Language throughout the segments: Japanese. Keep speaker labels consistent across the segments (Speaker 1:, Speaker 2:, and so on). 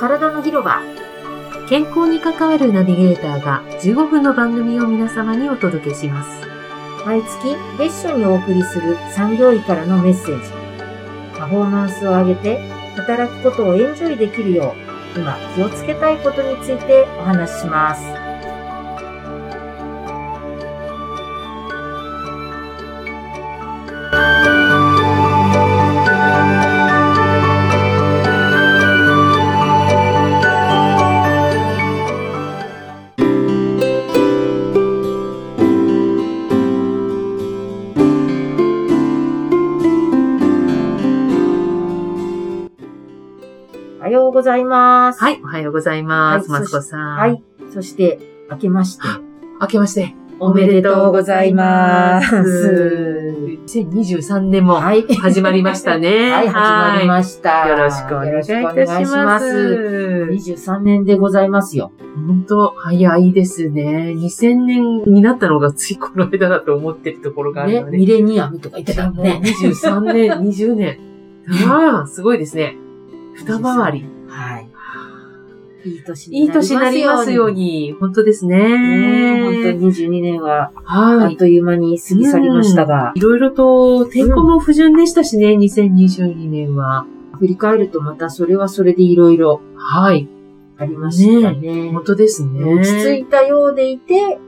Speaker 1: 体の広場
Speaker 2: 健康に関わるナビゲーターが15分の番組を皆様にお届けします。
Speaker 1: 毎月月初にお送りする産業医からのメッセージパフォーマンスを上げて働くことをエンジョイできるよう今気をつけたいことについてお話ししますおはようございます
Speaker 2: はい、おはようございます。
Speaker 1: はい
Speaker 2: マツコさん。
Speaker 1: はい。そして明けまして
Speaker 2: 明けまして。
Speaker 1: おめでとうござい ます
Speaker 2: 2023年も
Speaker 1: い
Speaker 2: 始まりました ね。
Speaker 1: はい、始まり
Speaker 2: し
Speaker 1: ました。
Speaker 2: よろしくお願いいたしま
Speaker 1: よろしくお願いし
Speaker 2: す。
Speaker 1: ます。23年でございますよ。
Speaker 2: 本当早いですね。2000年になったのがついこの間だと思ってるところがある
Speaker 1: ね、
Speaker 2: ので。
Speaker 1: ミレニアムとか言ってたもん
Speaker 2: もう
Speaker 1: ね。
Speaker 2: 23年、20年。 ああ、すごいですね。二回り。
Speaker 1: はい。いい年
Speaker 2: いい
Speaker 1: になりますように。
Speaker 2: 年になりますように。本当ですね。
Speaker 1: ね本当に22年はあ
Speaker 2: は
Speaker 1: っ
Speaker 2: い。
Speaker 1: という間に過ぎ去りましたが、
Speaker 2: いろいろと天候も不順でしたしね、2022年は。
Speaker 1: 振り返るとまたそれはそれでいろいろ
Speaker 2: はい。
Speaker 1: ありましたね。
Speaker 2: 本当ですね。
Speaker 1: 落ち着いたようでいて、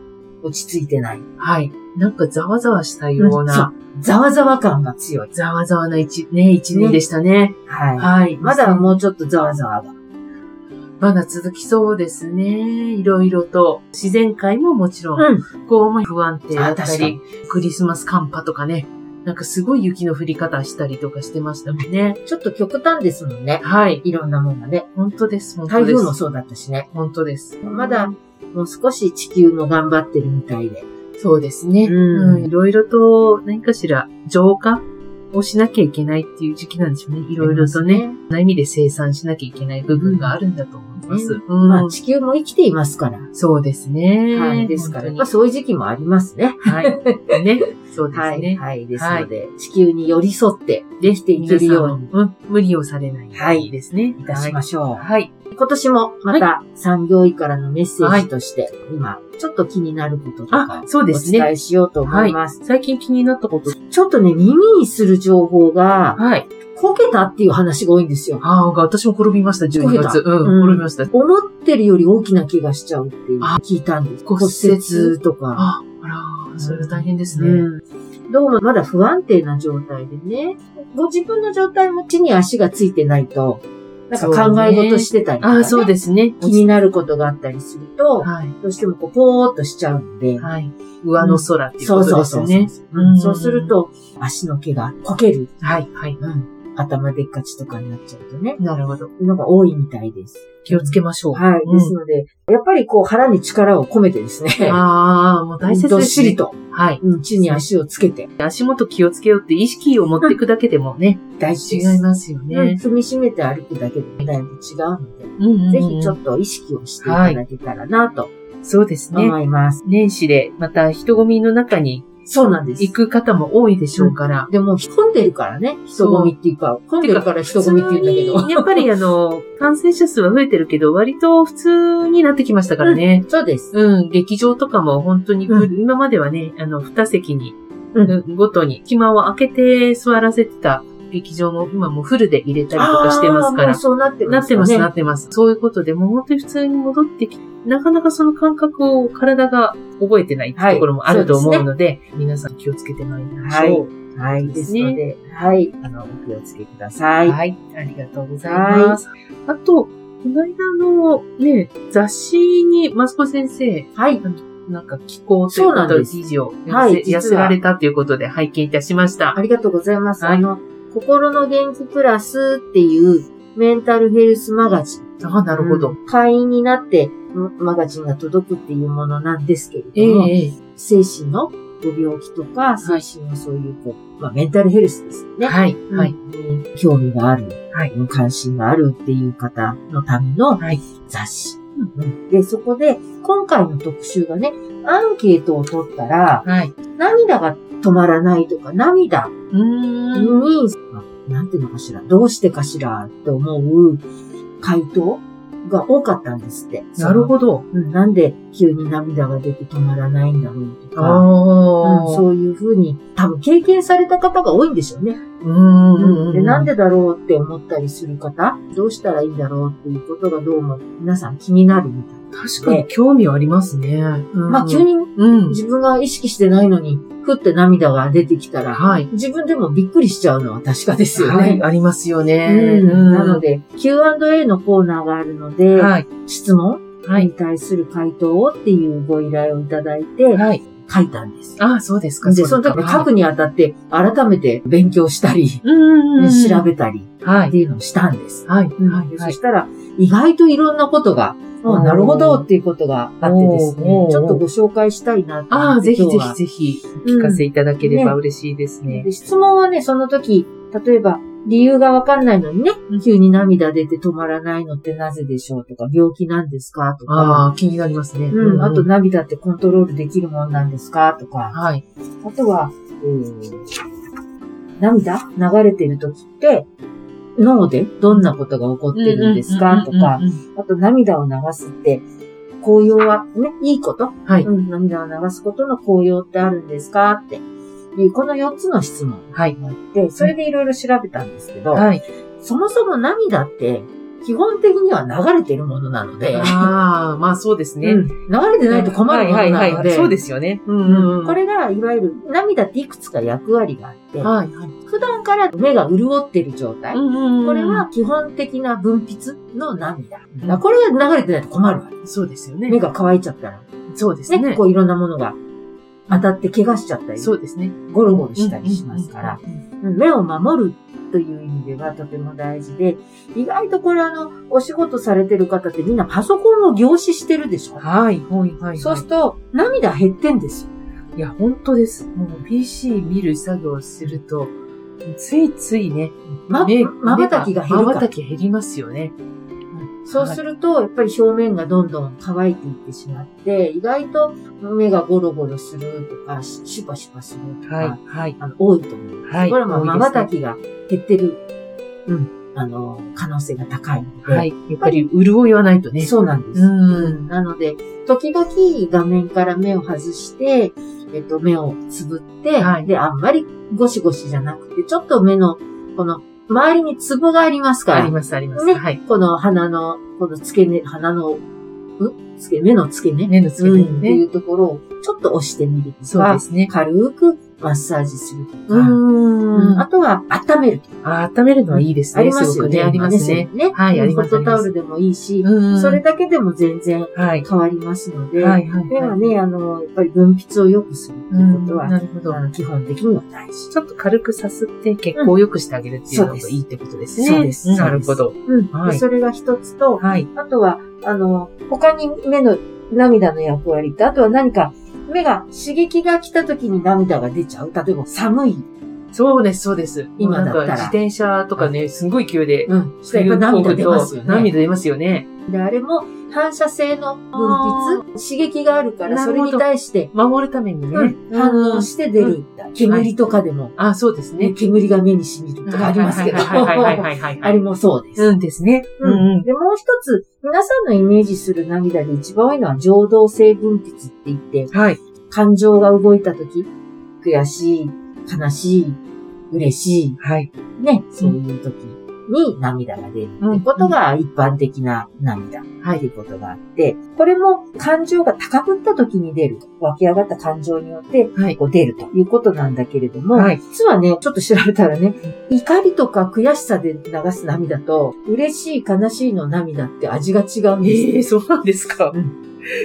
Speaker 1: 落ち着いてない。
Speaker 2: はい。なんかざわざわしたような、
Speaker 1: ざわざわ感が強い。
Speaker 2: ざわざわな一、ね、一年でしたね。
Speaker 1: は
Speaker 2: はい。
Speaker 1: い。まだもうちょっとざわざわが。
Speaker 2: まだ続きそうですね。いろいろと。自然界ももちろん、
Speaker 1: うん。
Speaker 2: 気候も不安定だった
Speaker 1: あ確か
Speaker 2: り
Speaker 1: に、
Speaker 2: クリスマス寒波とかね。なんかすごい雪の降り方したりとかしてましたもんね。
Speaker 1: ちょっと極端ですもんね。
Speaker 2: はい。
Speaker 1: いろんなもんがね。
Speaker 2: 本当です。本
Speaker 1: 台
Speaker 2: 当で
Speaker 1: 風も
Speaker 2: す。
Speaker 1: そうだったしね。
Speaker 2: 本当です。
Speaker 1: まだ、もう少し地球も頑張ってるみたいで。
Speaker 2: そうですね。
Speaker 1: うん
Speaker 2: うんいろいろと何かしら浄化をしなきゃいけないっていう時期なんでしょうね。いろいろとね、。な意味で生産しなきゃいけない部分があるんだと思います。うん
Speaker 1: まあ地球も生きていますから。
Speaker 2: そうですね。
Speaker 1: はい。ですから、やっぱ
Speaker 2: 本
Speaker 1: そういう時期もありますね。
Speaker 2: 当には い。ね。そうですね。
Speaker 1: はい。ですので、地球に寄り添って生
Speaker 2: で
Speaker 1: きていけるように
Speaker 2: 皆さんもうん無理をされない。
Speaker 1: はい
Speaker 2: ですね。
Speaker 1: いたしましょう。
Speaker 2: はい。
Speaker 1: 今年もまた産業医からのメッセージとして、今、ちょっと気になることとか
Speaker 2: あ、、そう
Speaker 1: お
Speaker 2: ですね。
Speaker 1: 伝えしようと思います。
Speaker 2: 最近気になったこと。
Speaker 1: ちょっとね、耳にする情報が、
Speaker 2: はい。
Speaker 1: こけたっていう話が多いんですよ。
Speaker 2: ああ、私も転びました、12月。
Speaker 1: こけた
Speaker 2: うん、
Speaker 1: うん
Speaker 2: 転びました。
Speaker 1: 思ってるより大きな怪我しちゃうっていう
Speaker 2: あ
Speaker 1: 聞いたんです。
Speaker 2: 骨
Speaker 1: 骨
Speaker 2: 折
Speaker 1: 折とか。
Speaker 2: あ、あら、それは大変ですね。
Speaker 1: うん、どうもまだ不安定な状態でね、ご自分の状態も地に足がついてないと、なんか考え事してたりとか、
Speaker 2: あ
Speaker 1: ね
Speaker 2: あ、そうですね。
Speaker 1: 気になることがあったりすると、
Speaker 2: はい。
Speaker 1: どうしてもこうポーっとしちゃうんで、
Speaker 2: はい。上の空っていう
Speaker 1: そ
Speaker 2: こ
Speaker 1: う
Speaker 2: と
Speaker 1: そ
Speaker 2: で
Speaker 1: う
Speaker 2: す
Speaker 1: そう
Speaker 2: ね。
Speaker 1: そう
Speaker 2: うん
Speaker 1: そうすると、足の毛がこける。
Speaker 2: はい。はい。
Speaker 1: うん、頭でっかちとかになっちゃうとね、
Speaker 2: なるほど。
Speaker 1: のが多いみたいです。
Speaker 2: 気をつけましょう。
Speaker 1: はい。
Speaker 2: うん
Speaker 1: ですので、やっぱりこう腹に力を込めてですね、
Speaker 2: ああ、もう大切
Speaker 1: どっ
Speaker 2: です
Speaker 1: し
Speaker 2: ね
Speaker 1: り。と、
Speaker 2: はい。
Speaker 1: うん地に足をつけて、
Speaker 2: 足元気をつけようって意識を持っていくだけでもね、
Speaker 1: 大事
Speaker 2: 違
Speaker 1: です。
Speaker 2: いますよ
Speaker 1: うん
Speaker 2: ね。
Speaker 1: 踏みしめて歩くだけでもだいぶ違うので、
Speaker 2: うんうんうん
Speaker 1: ぜひちょっと意識をしていただけたらなと
Speaker 2: そうですね。
Speaker 1: 思います。
Speaker 2: 年始でまた人混みの中に
Speaker 1: そうなんです。
Speaker 2: 行く方も多いでしょうから。
Speaker 1: でも、混んでるからね、人混みっていうか、混んでるから人混みって言うんだけ
Speaker 2: 普通
Speaker 1: ど。
Speaker 2: にやっぱりあの、感染者数は増えてるけど、割と普通になってきましたからね。
Speaker 1: そうです。
Speaker 2: うん、劇場とかも本当に、
Speaker 1: うん
Speaker 2: 今まではね、あの、二席に、
Speaker 1: うん
Speaker 2: ごとに、隙間を空けて座らせてた劇場も今もうフルで入れたりとかしてますか
Speaker 1: あーもう
Speaker 2: ら。
Speaker 1: そうなって
Speaker 2: な
Speaker 1: ま
Speaker 2: っ
Speaker 1: す
Speaker 2: て
Speaker 1: よ
Speaker 2: ま
Speaker 1: ね。
Speaker 2: す、なってます。そういうことで、もう本当に普通に戻ってきなかなかその感覚を体が覚えてないって
Speaker 1: はい
Speaker 2: ところもあると思
Speaker 1: そう
Speaker 2: う
Speaker 1: で
Speaker 2: ので、皆さん気をつけてまいりましょう。
Speaker 1: はい。ですので、はい。あの、お気をつけくださ。
Speaker 2: はいい。ありがとうございます。あと、この間のね、雑誌にマスコ先生、
Speaker 1: はい。
Speaker 2: なんか寄稿という
Speaker 1: そうな
Speaker 2: こ
Speaker 1: ん
Speaker 2: とで
Speaker 1: です
Speaker 2: 記事を
Speaker 1: は
Speaker 2: 寄
Speaker 1: い
Speaker 2: せ寄せ
Speaker 1: 実は
Speaker 2: られたということで拝見いたしました。
Speaker 1: ありがとうございます。
Speaker 2: はい
Speaker 1: あの、心の元気プラスっていうメンタルヘルスマガジン。
Speaker 2: ああ、なるほど。
Speaker 1: うん会員になって、んマガジンが届くっていうものなんですけれ
Speaker 2: ええ
Speaker 1: ども、
Speaker 2: え
Speaker 1: 精神のご病気とか、精神のそういう、こう、まあ、メンタルヘルスですよ
Speaker 2: え
Speaker 1: ね。
Speaker 2: はい、はい。
Speaker 1: うん興味がある、
Speaker 2: はい
Speaker 1: 関心があるっていう方のための
Speaker 2: はい
Speaker 1: 雑誌。うんで、そこで、今回の特集がね、アンケートを取ったら、
Speaker 2: はい。
Speaker 1: 涙が止まらないとか、涙
Speaker 2: うー
Speaker 1: に
Speaker 2: ん。、
Speaker 1: まあなんていうのかしら、どうしてかしらって思う回答が多かったんですって。
Speaker 2: なるほど。
Speaker 1: ど。うん、なんで急に涙が出て止まらないんだろうと
Speaker 2: あ
Speaker 1: か、
Speaker 2: あ、
Speaker 1: うん、そういうふうに多分経験された方が多いんでしょうね。
Speaker 2: うんうんうん。
Speaker 1: で、なんでだろうって思ったりする方、どうしたらいいんだろうっていうことがどうも皆さん気になるみたい。
Speaker 2: 確かに興味はありますね。うん
Speaker 1: まあ急に
Speaker 2: うん。
Speaker 1: 自分が意識してないのに、ふって涙が出てきたら、
Speaker 2: はい。
Speaker 1: 自分でもびっくりしちゃうのは確かですよね。
Speaker 2: はい、ありますよね。
Speaker 1: うんなの
Speaker 2: で、
Speaker 1: で、Q&A のコーナーがあるので、
Speaker 2: はい。
Speaker 1: 質問
Speaker 2: は
Speaker 1: に
Speaker 2: い。
Speaker 1: 対する回答をっていうご依頼をいただいて、
Speaker 2: はい。
Speaker 1: 書いたんです。
Speaker 2: ああ、そうですか。
Speaker 1: で、その時書く
Speaker 2: に、
Speaker 1: にあたって、改めて勉強したり、
Speaker 2: うんうんうん。
Speaker 1: 調べたり
Speaker 2: は
Speaker 1: っ
Speaker 2: い。
Speaker 1: ていうのをしたんです。
Speaker 2: はい。は
Speaker 1: で
Speaker 2: い。
Speaker 1: そしたら、意外といろんなことが、
Speaker 2: おー
Speaker 1: あなるほどっていうことがあってですね、
Speaker 2: おー
Speaker 1: ちょっとご紹介したいなと
Speaker 2: あ
Speaker 1: 思
Speaker 2: あ、
Speaker 1: って
Speaker 2: ぜひ
Speaker 1: 今日
Speaker 2: ぜ
Speaker 1: は
Speaker 2: ひぜひ、聞かせていただければ嬉しいですね。
Speaker 1: で質問はね、その時、例えば、理由がわかんないのにね、急に涙出て止まらないのってなぜでしょうとか、病気なんですかとか、
Speaker 2: ああ、気になりますね。
Speaker 1: うん、あと、涙ってコントロールできるもんなんですかとか、
Speaker 2: はい。
Speaker 1: あとは、えー涙流れてる時って、脳でどんなことが起こってるんですかとか
Speaker 2: う、んうんうんうん
Speaker 1: あと涙を流すって、紅葉はね、いいこと、
Speaker 2: はい
Speaker 1: うん、涙を流すことの紅葉ってあるんですかっていう、この4つの質問。
Speaker 2: うん。はい。
Speaker 1: があって、それでいろいろ調べたんですけど、
Speaker 2: はい。
Speaker 1: そもそも涙って、基本的には流れてるものなので、
Speaker 2: ああ、まあそうですね。
Speaker 1: うん流れてないと困るも
Speaker 2: は
Speaker 1: の
Speaker 2: いは
Speaker 1: ないの
Speaker 2: はい。
Speaker 1: で、
Speaker 2: そうですよね。う
Speaker 1: うんこれが、いわゆる、涙っていくつか役割があって、
Speaker 2: はいはい。
Speaker 1: 普段から目が潤ってる状態。こ
Speaker 2: こ
Speaker 1: れは、基本的な分泌の涙。
Speaker 2: う
Speaker 1: だ
Speaker 2: ん
Speaker 1: からこれが流れてないと困るわけ。
Speaker 2: そうですよ
Speaker 1: 目
Speaker 2: ね。
Speaker 1: が乾いちゃったら、
Speaker 2: そうです
Speaker 1: ね、
Speaker 2: ね
Speaker 1: こ。ういろんなものが当たって怪我しちゃったり、
Speaker 2: そうですね。
Speaker 1: ゴロゴロしたりしますから、うん目を守るという意味ではとても大事で、意外とこれあの、お仕事されてる方ってみんなパソコンを凝視してるでしょ、
Speaker 2: はい、はい、はい。
Speaker 1: そうすると、涙減ってんですよ。
Speaker 2: いや、本当です。もう PC 見る作業をすると、ついついね、
Speaker 1: ま、
Speaker 2: 目
Speaker 1: 瞬きが減る
Speaker 2: 目
Speaker 1: から。
Speaker 2: 瞬き減りますよね。
Speaker 1: そうすると、やっぱり表面がどんどん乾いていってしまって、意外と目がゴロゴロするとか、シシュパシュパするとか、
Speaker 2: はい、はい、
Speaker 1: あの多いと思う。
Speaker 2: はい。
Speaker 1: これはまあ瞬
Speaker 2: き。
Speaker 1: きが減ってる、うん、あの、可能性が高いので、
Speaker 2: はい。やっぱり潤いはないとね。
Speaker 1: そうなんです。
Speaker 2: うん。
Speaker 1: なので、時々画面から目を外して、えっと、目をつぶって、
Speaker 2: はい
Speaker 1: で、あんまりゴシゴシじゃなくて、ちょっと目の、この、周りにツボがありますか
Speaker 2: あ
Speaker 1: ら、
Speaker 2: ります、あります。
Speaker 1: ね
Speaker 2: はい。
Speaker 1: この鼻の、この付け根、鼻の、ん付け、目の付け根、
Speaker 2: 目の付け根
Speaker 1: うんってい
Speaker 2: ね。
Speaker 1: うところをちょっと押してみると
Speaker 2: そう
Speaker 1: か
Speaker 2: で、すね。
Speaker 1: 軽くマッサージするとか、
Speaker 2: う
Speaker 1: うんあ
Speaker 2: あ
Speaker 1: とは温めるとか、
Speaker 2: 温めるのはいいですね。
Speaker 1: ありますよね。
Speaker 2: ごくありますね。
Speaker 1: 今ね
Speaker 2: はいあり
Speaker 1: ホ
Speaker 2: ます
Speaker 1: ットタオルでもいいし、
Speaker 2: うん
Speaker 1: それ、だけでも全然
Speaker 2: はい。
Speaker 1: 変わりますので、
Speaker 2: はい、はい。
Speaker 1: ではね、あの、やっぱり分泌を良くすると
Speaker 2: う、
Speaker 1: いうんことは、
Speaker 2: なるほど
Speaker 1: あ。の基本的には大事。
Speaker 2: ちょっと軽くさすって血行を良くしてあげるっていうのが
Speaker 1: うん
Speaker 2: いいってことですね。
Speaker 1: そうですそうです
Speaker 2: なるほど。
Speaker 1: うん。
Speaker 2: はい
Speaker 1: でそれが一つと、
Speaker 2: はい。
Speaker 1: あとは、あの、他に目の涙の役割と、あとは何か、目が刺激が来た時に涙が出ちゃう。例えば寒い。
Speaker 2: そうです、そうです。
Speaker 1: 今だ
Speaker 2: な
Speaker 1: ったら
Speaker 2: んか自転車とかね、すんごい急で。
Speaker 1: うん。したらやっぱ
Speaker 2: 冬
Speaker 1: 涙
Speaker 2: 動く
Speaker 1: 出
Speaker 2: と
Speaker 1: ますよね。
Speaker 2: 涙出ますよね。
Speaker 1: で、あれも反射性の分泌、刺激があるから、
Speaker 2: な
Speaker 1: そ
Speaker 2: るほ
Speaker 1: れ
Speaker 2: ど
Speaker 1: に対して、
Speaker 2: 守るためにね。
Speaker 1: うん反応して出る。煙とかでも、
Speaker 2: あ、そうです
Speaker 1: ね、
Speaker 2: ね。
Speaker 1: 煙が目に染みるとかありますけど、
Speaker 2: はいはいは いはい
Speaker 1: あ
Speaker 2: はいはい。
Speaker 1: れもそうです。
Speaker 2: うんですね。
Speaker 1: う
Speaker 2: うんん
Speaker 1: で、もう一つ、皆さんのイメージする涙で一番多いのは、情動性分泌って言って、
Speaker 2: うん。はい。
Speaker 1: 感情が動いた時、悔しい、悲しい、嬉しい、
Speaker 2: はい。
Speaker 1: ね、そういう時に涙が出るってことが一般的な涙
Speaker 2: は
Speaker 1: っていう
Speaker 2: い。
Speaker 1: ことがあって、これも感情が高ぶった時に出る、湧き上がった感情によって、
Speaker 2: はい。
Speaker 1: こう出るということなんだけれども、
Speaker 2: はい。
Speaker 1: 実はね、ちょっと調べたらね、怒りとか悔しさで流す涙と、嬉しい悲しいの涙って味が違うんです。
Speaker 2: ええ、そうなんですか
Speaker 1: う。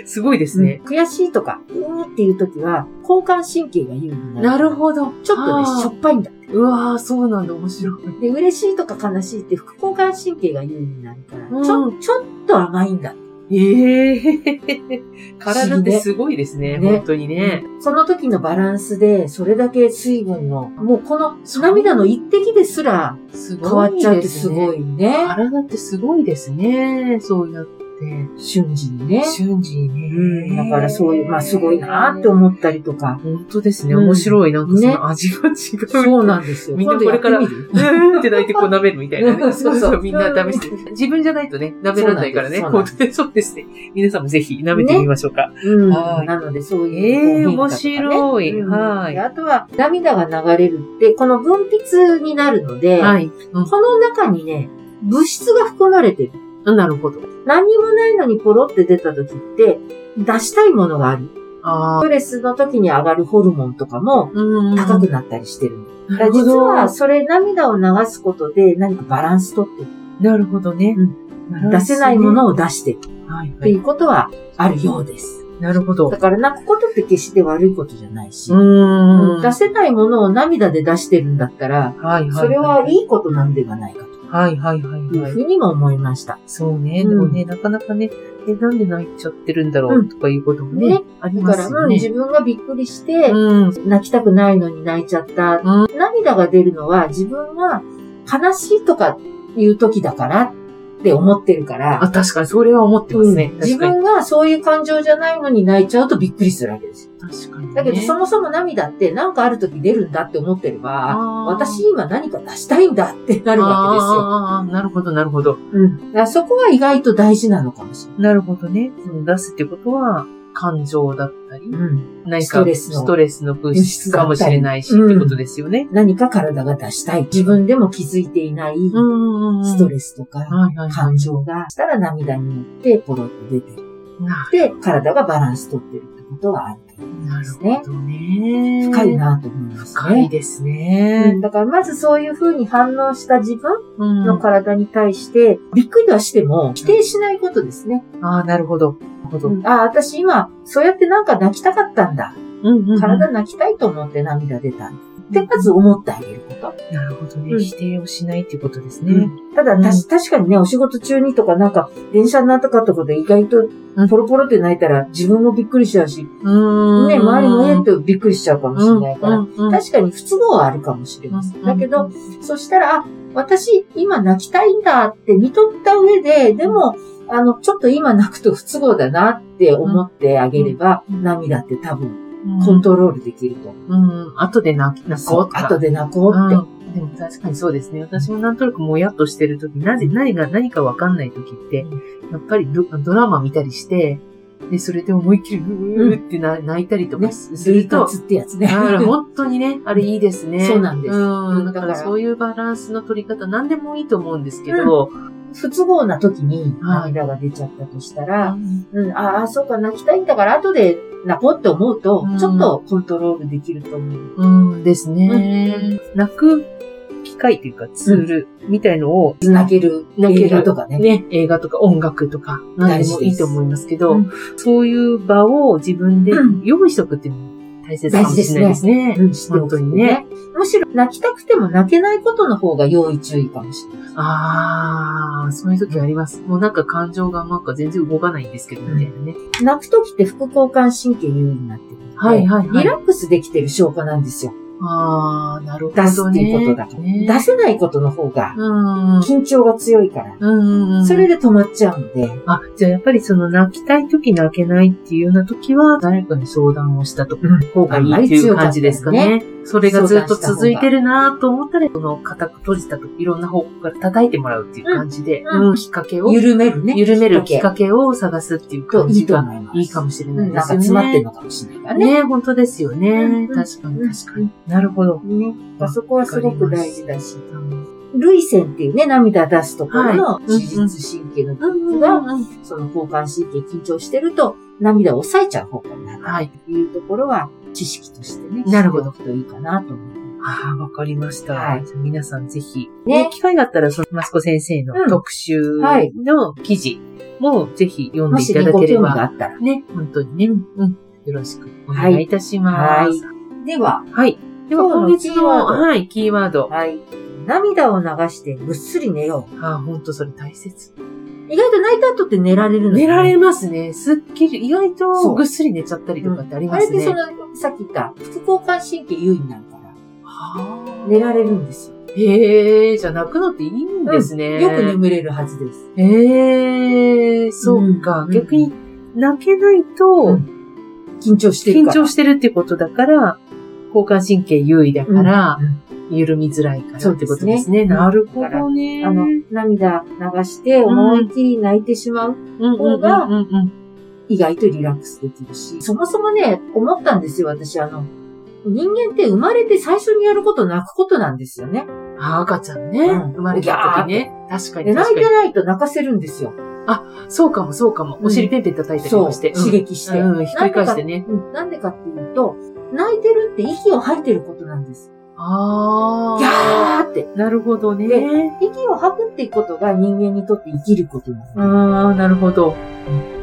Speaker 2: すごいですね。
Speaker 1: うん悔しいとか、うーっていう時は、交感神経が優位になる。
Speaker 2: なるほど。
Speaker 1: ちょっとね、しょっぱいんだって。
Speaker 2: うわー、そうなんだ、面白い。
Speaker 1: で、嬉しいとか悲しいって副交感神経が優位になるから、
Speaker 2: うん
Speaker 1: ちょ、ちょっと甘いんだって。
Speaker 2: ええ体ってすごいですね、
Speaker 1: ね
Speaker 2: 本当にね。
Speaker 1: その時のバランスで、それだけ水分の、もうこの涙の一滴ですら
Speaker 2: す
Speaker 1: 変わっちゃうってす
Speaker 2: ね
Speaker 1: ごいね。
Speaker 2: 体ってすごいですね。そうやっって、瞬時にね。
Speaker 1: 瞬
Speaker 2: 時に
Speaker 1: うん、だからそういう、まあすごいなって思ったりとか。
Speaker 2: 本当ですね。
Speaker 1: うん
Speaker 2: 面白い。なんかそ
Speaker 1: ね
Speaker 2: の味が違う。
Speaker 1: そうなんですよ。
Speaker 2: みんな
Speaker 1: 今度やってみる
Speaker 2: うーんって泣いてこう舐めるみたいな
Speaker 1: う
Speaker 2: ね。
Speaker 1: ん
Speaker 2: そうそう、みんな試して。自分じゃないとね、舐められないからね。
Speaker 1: そうなん
Speaker 2: 本
Speaker 1: で
Speaker 2: 当にそう ですね。皆さんもぜひ舐めてみましょうか。
Speaker 1: うん。
Speaker 2: はい
Speaker 1: なので、そう
Speaker 2: え
Speaker 1: い
Speaker 2: え
Speaker 1: う。
Speaker 2: 面白い。は
Speaker 1: で
Speaker 2: い。
Speaker 1: あとは、涙が流れるって、この分泌になるので、
Speaker 2: はい。うん
Speaker 1: この中にね、物質が含まれてる。
Speaker 2: うん、なるほど。
Speaker 1: 何にもないのにポロって出た時って、出したいものがある。
Speaker 2: あ
Speaker 1: ストレスの時に上がるホルモンとかも
Speaker 2: あ。
Speaker 1: 高く
Speaker 2: っ
Speaker 1: なったりしてるの。
Speaker 2: た
Speaker 1: だから実は、それ涙を流すことで何かバランス取ってる
Speaker 2: なるほどね。
Speaker 1: 出せないものを出してるっ
Speaker 2: はい。は
Speaker 1: てい
Speaker 2: い。
Speaker 1: うことはあるようです。
Speaker 2: なるほど
Speaker 1: だ。から泣くことって決して悪いことじゃないし、
Speaker 2: ー
Speaker 1: 出せないものを涙で出してるんだったら、
Speaker 2: はい、はい。
Speaker 1: それはいいことなんではないか
Speaker 2: はい、はい、はい
Speaker 1: という
Speaker 2: はい
Speaker 1: ふ。うにも思いました。
Speaker 2: そうね。
Speaker 1: うん
Speaker 2: でもね、なかなかね、え、なんで泣いちゃってるんだろ
Speaker 1: う
Speaker 2: うんとかいうこともね
Speaker 1: ね、
Speaker 2: あり
Speaker 1: だ
Speaker 2: ま
Speaker 1: か
Speaker 2: す
Speaker 1: ら、
Speaker 2: よ
Speaker 1: うん
Speaker 2: ね。
Speaker 1: 自分がびっくりして、
Speaker 2: うん。
Speaker 1: 泣きたくないのに泣いちゃった。
Speaker 2: う
Speaker 1: 涙が出るのは自分が悲しいとかいう時だからって思ってるから、
Speaker 2: あ、確かに、それは思ってますね。
Speaker 1: うん自
Speaker 2: 確か
Speaker 1: 分
Speaker 2: に。
Speaker 1: がそういう感情じゃないのに泣いちゃうとびっくりするわけですよ。
Speaker 2: 確かにね。
Speaker 1: だけど、そもそも涙って何かある時出るんだって思ってれば、
Speaker 2: あー
Speaker 1: 私今何か出したいんだってな
Speaker 2: あ
Speaker 1: るわ
Speaker 2: あーなるほど、なるほど。
Speaker 1: けですよ。うん。だからそこは意外と大事なのかもしれ
Speaker 2: なるほどね。その出すってことは、感情だったり、
Speaker 1: ない。うん。
Speaker 2: 何
Speaker 1: ス
Speaker 2: か
Speaker 1: トレスの
Speaker 2: ストレスの物質かもしれないし、
Speaker 1: 物質だった
Speaker 2: っ
Speaker 1: り
Speaker 2: てことですよね。
Speaker 1: 何か体が出したい。自分でも気づいていない
Speaker 2: ん
Speaker 1: スト
Speaker 2: レ
Speaker 1: レスとか、
Speaker 2: はいはいは
Speaker 1: 感情がしたら涙に乗ってポロッと出てる。
Speaker 2: い。な
Speaker 1: で、体がバランス取ってるってことはある。
Speaker 2: なるほどね。
Speaker 1: 深い。なと思います、ね。
Speaker 2: 深いです
Speaker 1: うん、
Speaker 2: ね。
Speaker 1: だからまずそういう風に反応した自分
Speaker 2: うん
Speaker 1: の体に対して、びっくりはしても否定しないことですね。
Speaker 2: ああ、なるほど。なるほど。
Speaker 1: うんああ、私今、そうやってなんか泣きたかったんだ。
Speaker 2: うんうん
Speaker 1: 体泣きたいと思って涙出た。ってまず思ってあげること。
Speaker 2: なるほど
Speaker 1: う
Speaker 2: ね。
Speaker 1: ん
Speaker 2: 否定をしないってことです
Speaker 1: う
Speaker 2: ね。
Speaker 1: んただ、たし確かにね、お仕事中にとか、なんか、電車になったかとかで意外と
Speaker 2: うん、
Speaker 1: ポロポロって泣いたら、自分もびっくりしちゃうし、
Speaker 2: うん
Speaker 1: ね、周りもえっとびっくりしちゃうかもしれないから、
Speaker 2: ら
Speaker 1: 確かに不都合はあるかもしれません。だけ、
Speaker 2: う
Speaker 1: ど
Speaker 2: ん、
Speaker 1: そしたら、あ、私、今泣きたいんだって見とった上で、でも、あの、ちょっと今泣くと不都合だなって思ってあげれば、
Speaker 2: うん
Speaker 1: 涙って多分、
Speaker 2: うん
Speaker 1: コントロールできると思う。
Speaker 2: うん、後で泣き、泣こうとか。
Speaker 1: 後で泣こうって。
Speaker 2: うんでも確かにそうですね。私もなんとなくもやっとしてるとき、なぜ、何が、何かわかんないときって、やっぱりドドラマ見たりして、で、それで思いっきり、うーってな泣いたりとか
Speaker 1: ね、
Speaker 2: す
Speaker 1: す
Speaker 2: する
Speaker 1: ると。
Speaker 2: と、
Speaker 1: つってやつね。
Speaker 2: あら、本当 にね、あれいいですね。
Speaker 1: そうなんです
Speaker 2: うん、だか
Speaker 1: だからら
Speaker 2: そういうバランスの取り方、何でもいいと思うんですけど、
Speaker 1: 不都合な時に
Speaker 2: はい
Speaker 1: 涙が出ちゃったとしたら、うん、ああ、そうか、泣きたいんだから、後で泣こうって思うと、
Speaker 2: うん
Speaker 1: ちょっとコントロールできると思う。
Speaker 2: うん、ですね。泣く機会っていうかツールみたいのを
Speaker 1: 泣ける、
Speaker 2: 泣ける
Speaker 1: 映画とかね。
Speaker 2: ね、映画とか音楽とか、何でもいいと思いますけど、
Speaker 1: 大
Speaker 2: そういう場を自分で
Speaker 1: うん
Speaker 2: 用意しとくっていうのも大切かもしれないですね。
Speaker 1: うん、してお
Speaker 2: 本当
Speaker 1: く
Speaker 2: にね。。
Speaker 1: むしろ泣きたくても泣けないことの方が要意注意かもしれない。
Speaker 2: ああ、そういう時あります。もうなんか感情がなんか全然動かないんですけど、みたいなね。
Speaker 1: 泣く時って副交感神経優位になってるので。
Speaker 2: はいはいはい
Speaker 1: リラックスできてる証拠なんですよ。
Speaker 2: ああ、なるほどね。
Speaker 1: 出すっていうことだから。
Speaker 2: ね
Speaker 1: 出せないことの方が、
Speaker 2: うん。
Speaker 1: 緊張が強いから。
Speaker 2: うんうん、
Speaker 1: それで止まっちゃうので。
Speaker 2: あ、じゃあやっぱりその泣きたい時泣けないっていうような時は、誰かに相談をしたとか、方がいいっていう感じですかね。それがずっと続いてるなと思ったら、その固く閉じたといろんな方向から叩いてもらうっていう感じで、
Speaker 1: うん
Speaker 2: うんきっかけを、
Speaker 1: 緩めるね。
Speaker 2: 緩めるきっ
Speaker 1: か
Speaker 2: かけを探すっていう
Speaker 1: けと
Speaker 2: 感
Speaker 1: いい
Speaker 2: じ
Speaker 1: と
Speaker 2: が
Speaker 1: 思います。
Speaker 2: いいかもしれな
Speaker 1: うん
Speaker 2: いで
Speaker 1: なんか
Speaker 2: すよ
Speaker 1: 詰まって
Speaker 2: ね
Speaker 1: る。のかもしれないからね。
Speaker 2: ね本当ですよね。
Speaker 1: うん
Speaker 2: 確かに確かに。なるほど。
Speaker 1: ね。そこはすごく大事だし。
Speaker 2: うん
Speaker 1: 涙腺っていうね、涙出すところの自律神経の、
Speaker 2: うんうん
Speaker 1: その交感神経緊張してると、涙を抑えちゃう方向になる
Speaker 2: はい。
Speaker 1: というところは、知識としてね、
Speaker 2: なるほど
Speaker 1: 知っておくといいかなと思う。
Speaker 2: ああ、わかりました。
Speaker 1: はい
Speaker 2: じゃあ皆さんぜひ、
Speaker 1: ね
Speaker 2: ね、機会があったら、その、マスコ先生
Speaker 1: う
Speaker 2: の
Speaker 1: ん
Speaker 2: 特集
Speaker 1: はい
Speaker 2: の記事もぜひ読ん
Speaker 1: も
Speaker 2: でい
Speaker 1: したね、
Speaker 2: だ
Speaker 1: ご
Speaker 2: けれ
Speaker 1: 興味
Speaker 2: ば、
Speaker 1: があったら。
Speaker 2: ね、本当にね、うん、よろしくお願いいたします。はい。
Speaker 1: では、
Speaker 2: では、今
Speaker 1: 今
Speaker 2: 月
Speaker 1: 日の
Speaker 2: の、はい、キーワード。
Speaker 1: はい。涙を流してぐっすり寝よ
Speaker 2: ああ、本当それ大切。
Speaker 1: う。意外と泣いた後って寝られるの
Speaker 2: 寝
Speaker 1: ね
Speaker 2: られますね。すっきり、意外
Speaker 1: そ
Speaker 2: と
Speaker 1: う
Speaker 2: ぐっすり寝ちゃったりとかってあり
Speaker 1: あ
Speaker 2: ま
Speaker 1: れっ
Speaker 2: す
Speaker 1: て
Speaker 2: ね。
Speaker 1: その、さっき言った副交感神経優位になるから、
Speaker 2: はあ
Speaker 1: 寝られるんですよ。
Speaker 2: へえ、じゃあ泣くのっていいんですね。
Speaker 1: よく眠れるはずです。
Speaker 2: へえ、そうか。
Speaker 1: うん
Speaker 2: 逆に泣けないと、
Speaker 1: 緊張してる
Speaker 2: 緊
Speaker 1: から。
Speaker 2: 張してるってことだから、交感神経優位だから、
Speaker 1: うん
Speaker 2: 緩みづらいから
Speaker 1: そう
Speaker 2: っ
Speaker 1: です
Speaker 2: て
Speaker 1: ね
Speaker 2: ことですね。なるほどね。
Speaker 1: あの、涙流して思いっきり泣いてしまう。
Speaker 2: 方
Speaker 1: が
Speaker 2: うんうんうん
Speaker 1: 意外とリラックスできるし。そもそもね、思ったんですよ、私。あの、人間って生まれて最初にやること泣くことなんですよね。
Speaker 2: うんあ赤ちゃんね。
Speaker 1: うん
Speaker 2: 生まれた時ね。確か
Speaker 1: で
Speaker 2: に
Speaker 1: 泣い
Speaker 2: 確か
Speaker 1: て
Speaker 2: に。
Speaker 1: ないと泣かせるんですよ。
Speaker 2: そうかもそうかも。
Speaker 1: うん
Speaker 2: お尻ペンペン叩いたり
Speaker 1: そ
Speaker 2: も
Speaker 1: う。
Speaker 2: して。
Speaker 1: 刺
Speaker 2: うん
Speaker 1: 激して。
Speaker 2: うん、ひっくり返してね。
Speaker 1: うんなんでかっていうと、泣いてるって息を吐いてることなんです。
Speaker 2: あ
Speaker 1: ギ
Speaker 2: あ。
Speaker 1: ャーって。
Speaker 2: なるほど
Speaker 1: で
Speaker 2: ね。
Speaker 1: 息を吐くっていうことが人間にとって生きることなんで
Speaker 2: ああ、なるほど。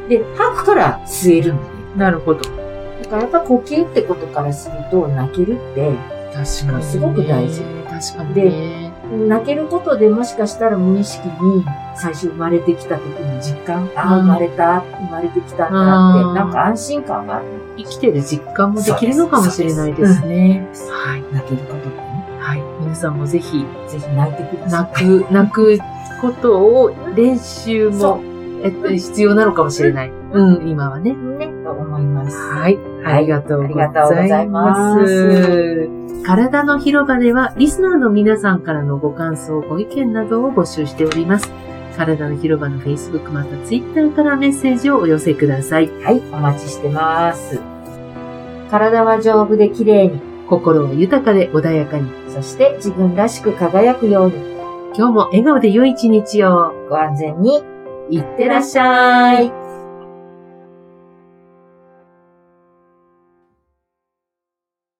Speaker 1: す。で、吐くから吸えるんだね。
Speaker 2: なるほど。確
Speaker 1: だからやっぱ呼吸ってことからすると、泣けるって、
Speaker 2: かに。
Speaker 1: すごく大事。
Speaker 2: 確かにね。
Speaker 1: 泣けることでもしかしたら無意識に最初生まれてきた時の実感、ああ、
Speaker 2: うん
Speaker 1: 生まれた、生まれてきたんだって、
Speaker 2: うん
Speaker 1: なんか安心感がある。
Speaker 2: 生きてる実感もできるのかもしれないですね。はい。
Speaker 1: 泣けることがね。
Speaker 2: はい。皆さんもぜひ、
Speaker 1: ぜひ泣いてくださ
Speaker 2: 泣 く、泣くことを練習
Speaker 1: い。そ
Speaker 2: も、えっと、必要なのかもしれない。うん、今はね。
Speaker 1: う、ね、と思います。
Speaker 2: はい。ありがとうございます。
Speaker 1: ありがとうございます
Speaker 2: 体の広場では、リスナーの皆さんからのご感想、ご意見などを募集しております。体の広場の Facebook また Twitter からメッセージをお寄せください。
Speaker 1: はい、お待ちしてます。体は丈夫で綺麗に、
Speaker 2: 心は豊かで穏やかに。
Speaker 1: そして自分らしく輝くように、
Speaker 2: 今日も笑顔で良い一日を。
Speaker 1: ご安全に、
Speaker 2: い
Speaker 1: い
Speaker 2: っ
Speaker 1: ってらっしゃい。